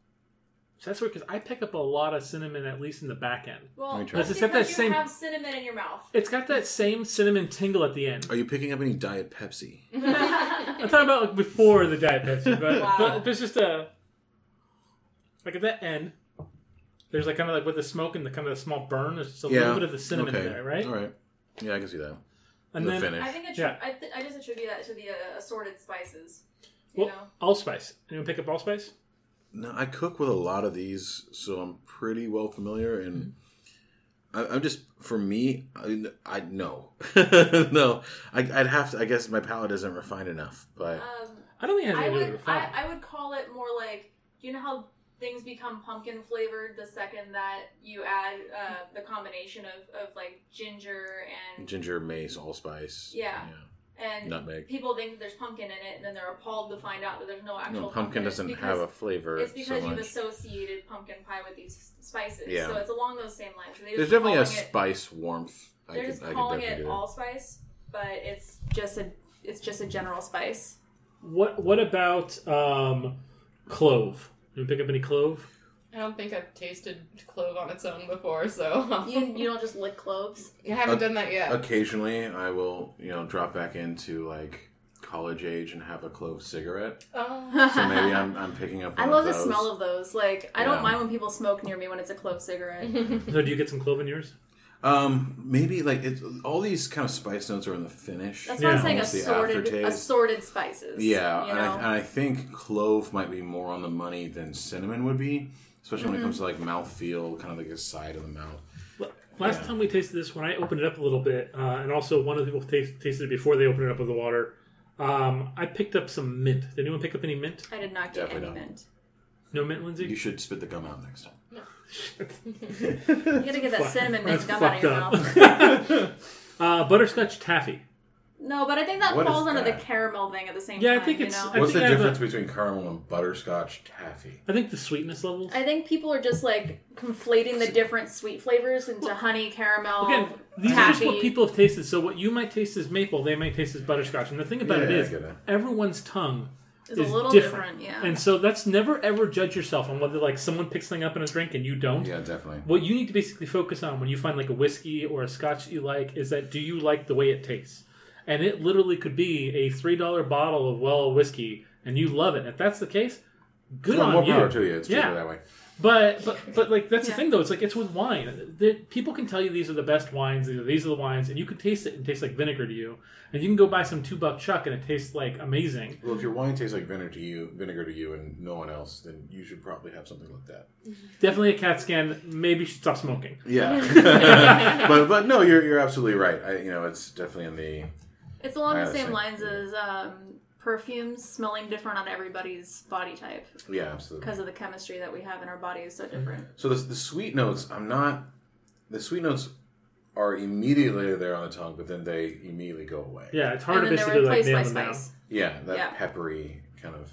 Speaker 2: So that's weird because I pick up a lot of cinnamon, at least in the back end.
Speaker 3: Well,
Speaker 4: me
Speaker 3: that's
Speaker 4: try.
Speaker 2: Does it have that
Speaker 3: because
Speaker 2: same-
Speaker 3: you have cinnamon in your mouth.
Speaker 2: It's got that same cinnamon tingle at the end.
Speaker 4: Are you picking up any Diet Pepsi?
Speaker 2: I'm talking about like before the diet Pepsi, but,
Speaker 3: Wow.
Speaker 2: but there's just a like at that end. There's like kind of like with the smoke and the kind of the small burn. There's just a little bit of the cinnamon in there, right?
Speaker 4: All right. Yeah, I can see that.
Speaker 2: And
Speaker 4: the
Speaker 2: then
Speaker 4: finish.
Speaker 3: I think it
Speaker 2: Yeah.
Speaker 3: I, th- I just attribute that to the uh, assorted spices. You
Speaker 2: well,
Speaker 3: know,
Speaker 2: allspice. Anyone pick up allspice?
Speaker 4: No, I cook with a lot of these, so I'm pretty well familiar. And I, I'm just for me, I, I no, no, I, I'd have to. I guess my palate isn't refined enough, but
Speaker 3: um,
Speaker 2: I don't think it has
Speaker 3: I
Speaker 2: anything to do
Speaker 3: would
Speaker 2: with
Speaker 3: I,
Speaker 2: refinement.
Speaker 3: I would call it more like you know how things become pumpkin flavored the second that you add uh, the combination of, of like ginger and
Speaker 4: ginger, mace, allspice,
Speaker 3: Uh, Yeah. and
Speaker 4: nutmeg.
Speaker 3: people think that there's pumpkin in it and then they're appalled to find out that there's no actual
Speaker 4: No, pumpkin doesn't
Speaker 3: It's
Speaker 4: have a
Speaker 3: because-
Speaker 4: flavor
Speaker 3: It's
Speaker 4: so
Speaker 3: because you've
Speaker 4: much.
Speaker 3: associated pumpkin pie with these spices,
Speaker 4: Yeah.
Speaker 3: so it's along those same lines. They
Speaker 4: There's
Speaker 3: just
Speaker 4: definitely a
Speaker 3: calling it-
Speaker 4: spice warmth. I
Speaker 3: They're
Speaker 4: could,
Speaker 3: just
Speaker 4: I could
Speaker 3: calling
Speaker 4: definitely
Speaker 3: it
Speaker 4: do that.
Speaker 3: allspice, but it's just a it's just a general spice.
Speaker 2: What What about um, clove? Anyone pick up any clove?
Speaker 7: I don't think I've tasted clove on its own before, so
Speaker 3: You you don't just lick cloves.
Speaker 7: I haven't
Speaker 4: Uh,
Speaker 7: done that yet.
Speaker 4: Occasionally, I will, you know, drop back into like college age and have a clove cigarette.
Speaker 7: Oh.
Speaker 4: So maybe I'm, I'm picking up.
Speaker 3: I
Speaker 4: one
Speaker 3: love the
Speaker 4: of those.
Speaker 3: smell of those. Like I don't
Speaker 4: Yeah.
Speaker 3: mind when people smoke near me when it's a clove cigarette.
Speaker 2: So do you get some clove in yours?
Speaker 4: Um, maybe like it's all these kind of spice notes are in the finish.
Speaker 3: That's why
Speaker 2: Yeah.
Speaker 3: I'm saying
Speaker 4: Almost the
Speaker 3: assorted
Speaker 4: aftertaste.
Speaker 3: assorted spices.
Speaker 4: yeah,
Speaker 3: you
Speaker 4: and, I,
Speaker 3: know.
Speaker 4: and I think clove might be more on the money
Speaker 3: Mm-hmm.
Speaker 4: than cinnamon would be, especially when it comes to like mouthfeel, kind of like a side of the mouth.
Speaker 2: Last time we tasted this one, I opened it up a little bit, uh, and also one of the people taste, tasted it before they opened it up with the water. Um, I picked up some mint. Did anyone pick up any mint?
Speaker 3: I did not get
Speaker 6: Definitely
Speaker 3: any
Speaker 6: not.
Speaker 3: mint.
Speaker 2: No mint, Lindsay?
Speaker 6: You should spit the gum out next time.
Speaker 3: You gotta get that
Speaker 2: Fuck.
Speaker 3: cinnamon mint
Speaker 2: That's
Speaker 3: gum out of your
Speaker 2: fucked
Speaker 3: mouth.
Speaker 2: up. uh, butterscotch taffy.
Speaker 3: No, but I think that
Speaker 4: What is
Speaker 3: falls under the
Speaker 4: that?
Speaker 3: caramel thing at the same
Speaker 2: Yeah, I
Speaker 3: time.
Speaker 2: think
Speaker 3: you
Speaker 2: it's-
Speaker 3: know?
Speaker 2: I
Speaker 4: What's
Speaker 2: think
Speaker 4: the
Speaker 2: I have
Speaker 4: difference between caramel and butterscotch taffy?
Speaker 2: I think the sweetness levels.
Speaker 3: I think people are just like conflating the different sweet flavors into honey, caramel,
Speaker 2: Again, these are just
Speaker 3: taffy.
Speaker 2: what people have tasted. So what you might taste as maple, they might taste as butterscotch. And the thing about it
Speaker 4: Yeah, I
Speaker 2: is,
Speaker 4: get it.
Speaker 2: everyone's tongue
Speaker 3: It's a
Speaker 2: is
Speaker 3: little
Speaker 2: different.
Speaker 3: different, yeah.
Speaker 2: And so that's never ever judge yourself on whether like someone picks something up in a drink and you don't.
Speaker 6: Yeah, definitely.
Speaker 2: What you need to basically focus on when you find like a whiskey or a scotch that you like is that do you like the way it tastes? And it literally could be a three dollar bottle of well whiskey and you love it. If that's the case, good
Speaker 4: Well,
Speaker 2: on
Speaker 4: more
Speaker 2: you.
Speaker 4: power to you. It's cheaper
Speaker 2: Yeah.
Speaker 4: that way.
Speaker 2: But but but like that's
Speaker 3: Yeah.
Speaker 2: the thing though. It's like it's with wine. The, people can tell you these are the best wines. These are, these are the wines, and you can taste it and taste like vinegar to you. And you can go buy some two buck chuck and it tastes like amazing.
Speaker 4: Well, if your wine tastes like vinegar to you, vinegar to you, and no one else, then you should probably have something like that.
Speaker 2: Definitely a CAT scan. Maybe you should stop smoking.
Speaker 4: Yeah, but but no, you're you're absolutely right. I, you know, it's definitely in the
Speaker 3: It's along
Speaker 4: I
Speaker 3: the same
Speaker 4: see.
Speaker 3: lines as um, perfumes smelling different on everybody's body type
Speaker 4: yeah, absolutely.
Speaker 3: because of the chemistry that we have in our body is so different.
Speaker 4: So the, the sweet notes, I'm not. The sweet notes are immediately there on the tongue, but then they immediately go away.
Speaker 2: Yeah, it's hard
Speaker 3: and
Speaker 2: to
Speaker 3: then
Speaker 2: basically
Speaker 3: they're
Speaker 2: like
Speaker 3: replaced
Speaker 2: nail
Speaker 3: by
Speaker 2: them down.
Speaker 3: spice.
Speaker 4: Yeah, that
Speaker 3: Yeah.
Speaker 4: peppery kind of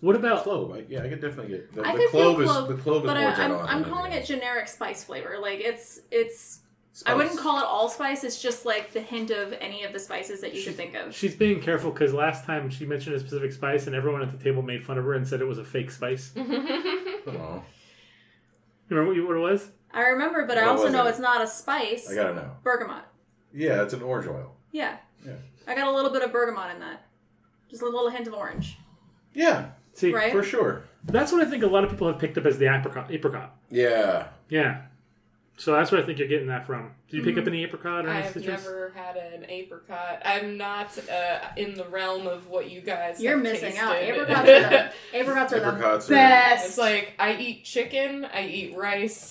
Speaker 2: What about
Speaker 4: clove. I, yeah, I could definitely get the,
Speaker 3: I
Speaker 4: the
Speaker 3: could
Speaker 4: clove,
Speaker 3: feel
Speaker 4: is
Speaker 3: clove,
Speaker 4: the clove is
Speaker 3: but
Speaker 4: more
Speaker 3: I, I'm,
Speaker 4: gentle.
Speaker 3: I'm calling it generic spice flavor. Like it's it's. I
Speaker 4: Spice.
Speaker 3: wouldn't call it allspice. It's just like the hint of any of the spices that you
Speaker 2: She-
Speaker 3: could think of.
Speaker 2: She's being careful because last time she mentioned a specific spice, and everyone at the table made fun of her and said it was a fake spice.
Speaker 7: Mm-hmm.
Speaker 2: You
Speaker 4: Aw,
Speaker 2: remember what, you, what it was?
Speaker 3: I remember, but I
Speaker 4: What
Speaker 3: also
Speaker 4: was
Speaker 3: know
Speaker 4: it?
Speaker 3: it's not a spice.
Speaker 4: I gotta know.
Speaker 3: bergamot.
Speaker 4: Yeah, it's an orange oil.
Speaker 3: Yeah.
Speaker 4: Yeah.
Speaker 3: I got a little bit of bergamot in that. Just a little hint of orange.
Speaker 4: Yeah,
Speaker 2: See,
Speaker 3: Right.
Speaker 4: for sure.
Speaker 2: that's what I think a lot of people have picked up as the apricot. Apricot.
Speaker 4: Yeah,
Speaker 2: Yeah. So that's where I think you're getting that from. Did you pick up any apricot or
Speaker 7: Mm-hmm. I
Speaker 2: any
Speaker 7: have
Speaker 2: citrus?
Speaker 7: never had an apricot. I'm not uh, in the realm of what you guys.
Speaker 3: You're
Speaker 7: have
Speaker 3: missing
Speaker 7: tasted.
Speaker 3: out. Apricots are the, apricots are
Speaker 4: Apricots are-
Speaker 3: the best.
Speaker 7: It's like I eat chicken, I eat rice.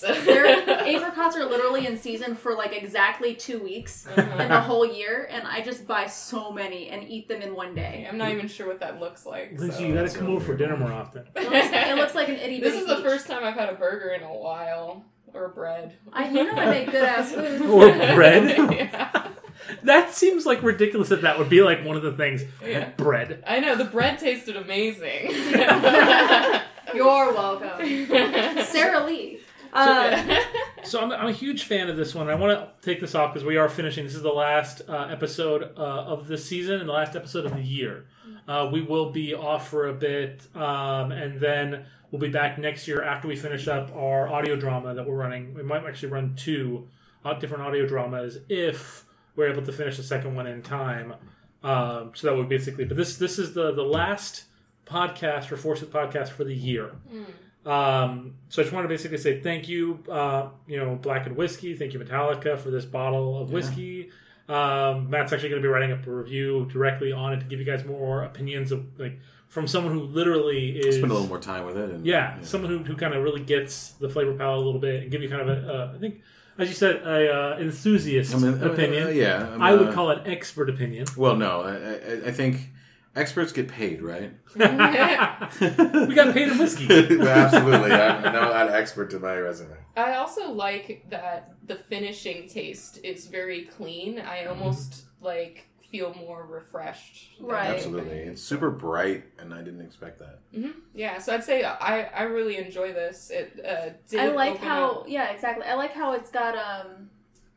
Speaker 3: They're, apricots are literally in season for like exactly two weeks
Speaker 4: Uh-huh.
Speaker 3: in the whole year, and I just buy so many and eat them in one day.
Speaker 7: I'm not even sure what that looks like.
Speaker 2: Lindsay,
Speaker 7: so.
Speaker 2: you gotta
Speaker 4: so
Speaker 2: come over for
Speaker 4: weird.
Speaker 2: dinner more often.
Speaker 3: It looks, it looks like an itty
Speaker 7: This
Speaker 3: bitty
Speaker 7: is the
Speaker 3: peach.
Speaker 7: first time I've had a burger in a while or bread.
Speaker 3: I you know I make good ass food.
Speaker 2: Or bread?
Speaker 7: yeah.
Speaker 2: That seems like ridiculous that that would be like one of the things.
Speaker 7: Yeah.
Speaker 2: Bread.
Speaker 7: I know the bread tasted amazing.
Speaker 3: You're welcome, Sarah Lee. Um,
Speaker 2: So I'm, I'm a huge fan of this one. I want to take this off because we are finishing. This is the last uh, episode uh, of this season and the last episode of the year. Uh, we will be off for a bit, um, and then we'll be back next year after we finish up our audio drama that we're running. We might actually run two uh, different audio dramas if we're able to finish the second one in time. Um, so that would basically. But this this is the the last podcast or Forces podcast for the year. Um, so I just want to basically say thank you, uh, you know, Black and Whiskey. Thank you, Metallica, for this bottle of whiskey. Um, Matt's actually going to be writing up a review directly on it to give you guys more opinions of like from someone who literally is
Speaker 6: Spend a little more time with it. And,
Speaker 2: yeah, someone who, who kind of really gets the flavor palette a little bit and give you kind of a uh, I think as you said a uh, enthusiast
Speaker 6: I mean, uh,
Speaker 2: opinion.
Speaker 6: uh, yeah, I'm,
Speaker 2: I would
Speaker 6: uh,
Speaker 2: call it expert opinion.
Speaker 6: Well, no, I, I, I think experts get paid, right?
Speaker 2: We got paid in whiskey.
Speaker 4: absolutely. I'm, I'm not an expert to my resume.
Speaker 7: I also like that the finishing taste is very clean. I
Speaker 2: Mm-hmm.
Speaker 7: almost like feel more refreshed.
Speaker 3: Right.
Speaker 4: Absolutely, it's super bright, and I didn't expect that.
Speaker 7: Mm-hmm. Yeah, so I'd say I, I really enjoy this. It uh, did
Speaker 3: I like
Speaker 7: open
Speaker 3: how
Speaker 7: up-
Speaker 3: yeah, exactly. I like how it's got um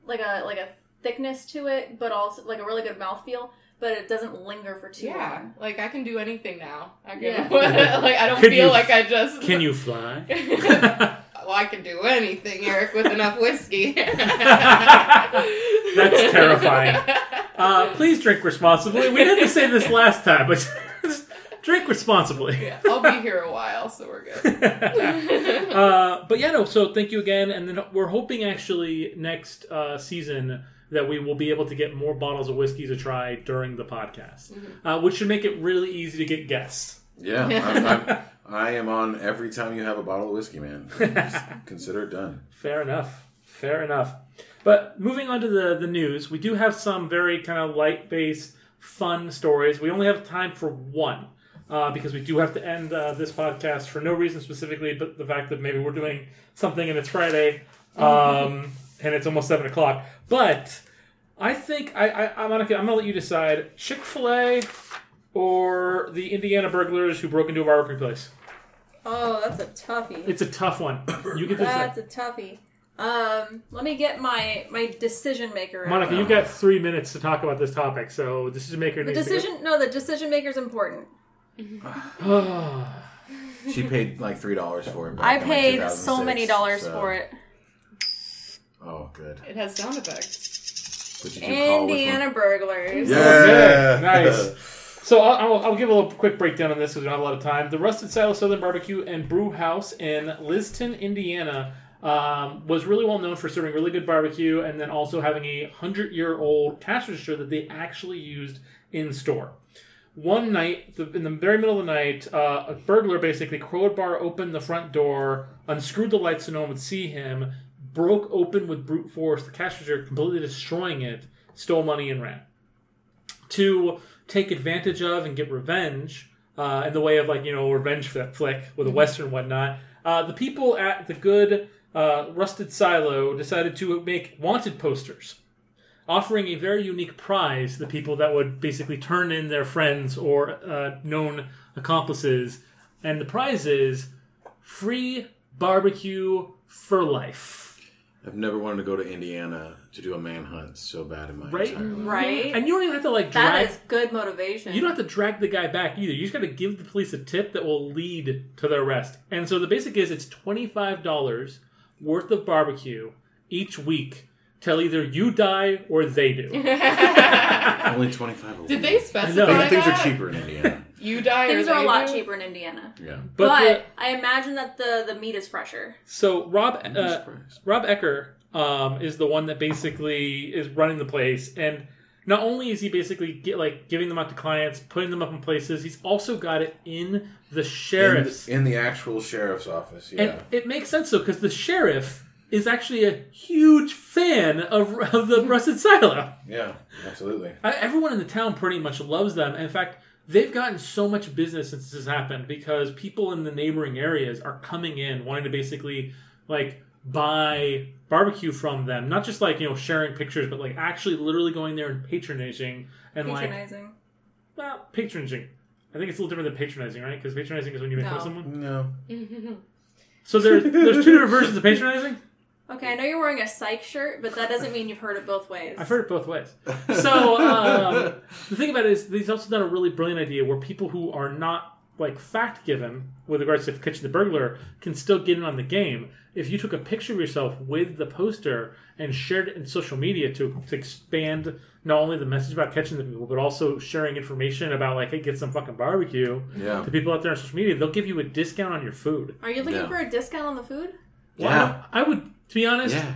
Speaker 3: like a like a thickness to it, but also like a really good mouthfeel, but it doesn't linger for too
Speaker 7: yeah,
Speaker 3: long.
Speaker 7: like I can do anything now. I can
Speaker 3: Yeah.
Speaker 7: like I don't
Speaker 2: Can
Speaker 7: feel
Speaker 2: you-
Speaker 7: like I just
Speaker 2: Can you fly?
Speaker 7: well, I can do anything, Eric, with enough whiskey.
Speaker 2: That's terrifying. Uh, please drink responsibly. We didn't say this last time, but drink responsibly.
Speaker 7: Yeah, I'll be here a while, so we're good.
Speaker 2: Uh, but yeah, no. So thank you again, and then we're hoping actually next uh, season that we will be able to get more bottles of whiskey to try during the podcast, uh, which should make it really easy to get guests.
Speaker 4: Yeah, I'm, I'm, I am on every time you have a bottle of whiskey, man. Just consider it done.
Speaker 2: Fair enough. Fair enough. But moving on to the, the news, we do have some very kind of light based, fun stories. We only have time for one uh, because we do have to end uh, this podcast for no reason specifically, but the fact that maybe we're doing something and it's Friday um, and it's almost 7 o'clock. But I think I, I, I'm, gonna, I'm gonna let you decide Chick fil A or the Indiana burglars who broke into a barbecue place.
Speaker 3: Oh, that's a toughie.
Speaker 2: It's a tough one. You get this.
Speaker 3: That's a toughie. Um, let me get my my decision maker. out.
Speaker 2: Monica, you've got three minutes to talk about this topic, so decision maker
Speaker 3: The
Speaker 2: needs
Speaker 3: decision, no, the decision maker's important.
Speaker 2: To go.
Speaker 6: She paid like three dollars for it.
Speaker 3: I
Speaker 6: back in, like,
Speaker 3: paid so many
Speaker 6: 2006,
Speaker 3: dollars
Speaker 6: so-
Speaker 3: for it.
Speaker 6: Oh, good.
Speaker 7: It has sound effects.
Speaker 6: What
Speaker 4: uh,
Speaker 6: did you call which one?
Speaker 3: Indiana burglars.
Speaker 4: Yeah.
Speaker 2: Okay, Oh, nice. So I'll, I'll, I'll give a little quick breakdown on this because we don't have a lot of time. The Rusted Saddle Southern Barbecue and Brew House in Liston, Indiana, um, was really well known for serving really good barbecue and then also having a hundred-year-old cash register that they actually used in store. One night, the, in the very middle of the night, uh, a burglar basically crowbar opened the front door, unscrewed the lights so no one would see him, broke open with brute force the cash register, completely destroying it, stole money, and ran to take advantage of and get revenge uh, in the way of like you know revenge flick, flick with
Speaker 3: Mm-hmm.
Speaker 2: a western and whatnot. Uh, the people at the good uh, rusted silo decided to make wanted posters, offering a very unique prize to the people that would basically turn in their friends or uh, known accomplices, and the prize is free barbecue for life.
Speaker 6: I've never wanted to go to Indiana to do a manhunt so bad in my
Speaker 2: Right?
Speaker 6: entire life.
Speaker 3: Right?
Speaker 2: And you don't even have to like drag
Speaker 3: that is good motivation.
Speaker 2: You don't have to drag the guy back either. You just got to give the police a tip that will lead to their arrest. And so the basic is it's $25 worth of barbecue each week till either you die or they do.
Speaker 6: Only twenty five.
Speaker 7: Did they specify
Speaker 2: I know.
Speaker 7: that?
Speaker 6: Things are cheaper in Indiana.
Speaker 7: You die or
Speaker 3: Things are
Speaker 7: they
Speaker 3: a lot
Speaker 7: do?
Speaker 3: cheaper in Indiana.
Speaker 6: Yeah.
Speaker 2: But,
Speaker 3: But,
Speaker 2: the-
Speaker 3: I imagine that the, the meat is fresher.
Speaker 2: so Rob
Speaker 6: I'm
Speaker 2: uh,
Speaker 6: surprised.
Speaker 2: Rob Ecker um, is the one that basically is running the place, and not only is he basically get, like giving them out to clients, putting them up in places, he's also got it in the
Speaker 4: In,
Speaker 2: sheriff's
Speaker 4: in the actual sheriff's office, yeah.
Speaker 2: And it makes sense though, because the sheriff is actually a huge fan of, of the Rusted Silo.
Speaker 4: yeah, absolutely.
Speaker 2: I- Everyone in the town pretty much loves them. In fact, they've gotten so much business since this has happened because people in the neighboring areas are coming in wanting to basically like buy barbecue from them. Not just like you know sharing pictures, but like actually literally going there and patronizing and like
Speaker 3: Patronizing.
Speaker 2: well, patronizing. I think it's a little different than patronizing, right? Because patronizing is when you make fun of
Speaker 7: No.
Speaker 2: someone.
Speaker 4: No.
Speaker 2: So there's there's two different versions of patronizing.
Speaker 3: Okay, I know you're wearing a psych shirt, but that doesn't mean you've heard it both ways.
Speaker 2: I've heard it both ways. So um, the thing about it is, he's also done a really brilliant idea where people who are not like fact given with regards to catching the burglar can still get in on the game. If you took a picture of yourself with the poster and shared it in social media to, to expand not only the message about catching the people, but also sharing information about like, hey, get some fucking barbecue
Speaker 6: Yeah.
Speaker 2: to people out there on social media, they'll give you a discount on your food.
Speaker 3: Are you looking
Speaker 6: No.
Speaker 3: for a discount on the food?
Speaker 6: Yeah.
Speaker 2: I would, to be honest,
Speaker 6: Yeah.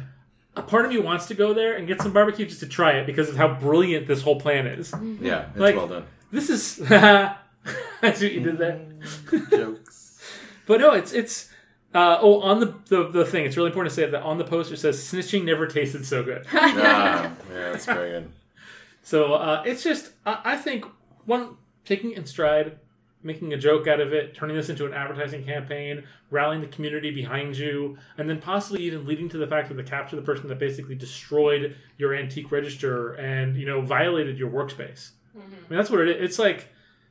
Speaker 2: a part of me wants to go there and get some barbecue just to try it because of how brilliant this whole plan is.
Speaker 4: Mm.
Speaker 6: Yeah. It's
Speaker 2: Like-
Speaker 6: well done.
Speaker 2: This is that's what you did there.
Speaker 6: Jokes.
Speaker 2: But no, it's it's uh, oh on the, the the thing. It's really important to say that on the poster it says snitching never tasted so good.
Speaker 6: yeah. Ah, Yeah. That's very good.
Speaker 2: So uh, it's just I, I think one taking it in stride, making a joke out of it, turning this into an advertising campaign, rallying the community behind you, and then possibly even leading to the fact that they capture the person that basically destroyed your antique register and you know violated your workspace. I mean that's what it is. It's like.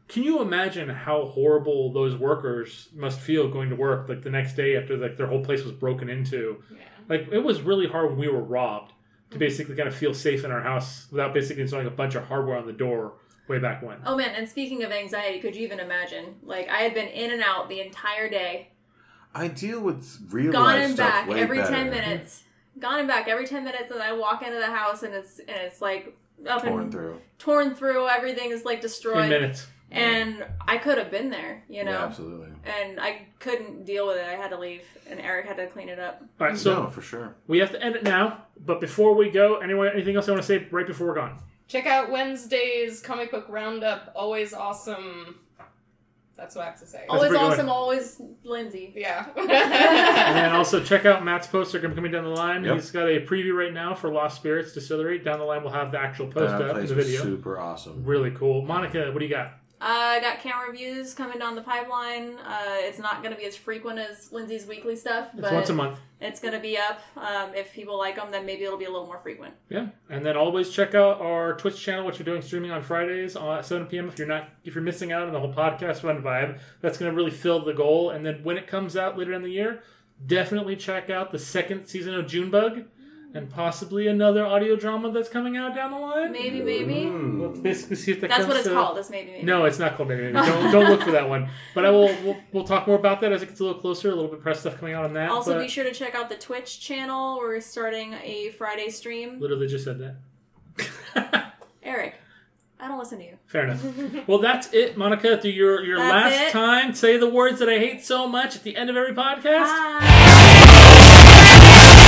Speaker 2: Can you imagine how horrible those workers must feel going to work like the next day after like their whole place was broken into? like it was really hard when we were robbed to basically kind of feel safe in our house without basically installing a bunch of hardware on the door way back when.
Speaker 3: Oh man, and speaking of anxiety, could you even imagine? Like, I had been in and out the entire day,
Speaker 6: I deal with real
Speaker 3: gone
Speaker 6: life
Speaker 3: and
Speaker 6: stuff
Speaker 3: back
Speaker 6: way
Speaker 3: every
Speaker 6: better.
Speaker 3: 10 minutes. Gone and back every 10 minutes, and I walk into the house and it's and it's like up
Speaker 6: Pouring
Speaker 3: and
Speaker 6: through.
Speaker 3: torn through, everything is like
Speaker 2: In
Speaker 3: destroyed.
Speaker 2: minutes.
Speaker 3: And I could have been there, you know?
Speaker 6: Yeah. Absolutely.
Speaker 3: and I couldn't deal with it. I had to leave, and Eric had to clean it up.
Speaker 2: All right, so
Speaker 6: no, for sure.
Speaker 2: we have to end it now. But before we go, anyway, anything else I want to say right before we're gone?
Speaker 7: Check out Wednesday's comic book roundup. Always awesome. That's what I have to say.
Speaker 2: Oh.
Speaker 3: Always
Speaker 2: pretty good.
Speaker 3: awesome, always Lindsay.
Speaker 2: And then
Speaker 7: Yeah.
Speaker 2: also check out Matt's poster coming down the line.
Speaker 6: Yep.
Speaker 2: He's got a preview right now for Lost Spirits Distillery. Down the line, we'll have the actual post
Speaker 6: that
Speaker 2: up in
Speaker 6: place
Speaker 2: the
Speaker 6: was
Speaker 2: video.
Speaker 6: super awesome.
Speaker 2: Really cool. Monica, what do you got?
Speaker 3: Uh, I got camera reviews coming down the pipeline. Uh, it's not going to be as frequent as Lindsay's weekly stuff,
Speaker 2: It's
Speaker 3: but
Speaker 2: once a month.
Speaker 3: it's going to be up. Um, if people like them, then maybe it'll be a little more frequent.
Speaker 2: Yeah, and then always check out our Twitch channel, which we're doing streaming on Fridays uh, at 7 p.m. If you're not, if you're missing out on the whole podcast fun vibe, that's going to really fill the goal. And then when it comes out later in the year, definitely check out the second season of Junebug, and possibly another audio drama that's coming out down the line.
Speaker 3: Maybe, maybe.
Speaker 2: Let's
Speaker 6: Mm.
Speaker 2: basically see if that
Speaker 3: That's
Speaker 2: comes
Speaker 3: what it's
Speaker 2: to-
Speaker 3: called. Is maybe, maybe.
Speaker 2: Mm-hmm. No, it's not called Maybe Maybe. Don't, don't look for that one. But I will. We'll, we'll talk more about that as it gets a little closer. A little bit of press stuff coming out on that.
Speaker 3: Also,
Speaker 2: but
Speaker 3: be sure to check out the Twitch channel. We're starting a Friday stream.
Speaker 2: literally just said that.
Speaker 3: Eric, I don't listen to you.
Speaker 2: Fair enough. Well, that's it, Monica. Through your your
Speaker 3: That's
Speaker 2: last
Speaker 3: it.
Speaker 2: time, say the words that I hate so much at the end of every podcast.
Speaker 3: Bye.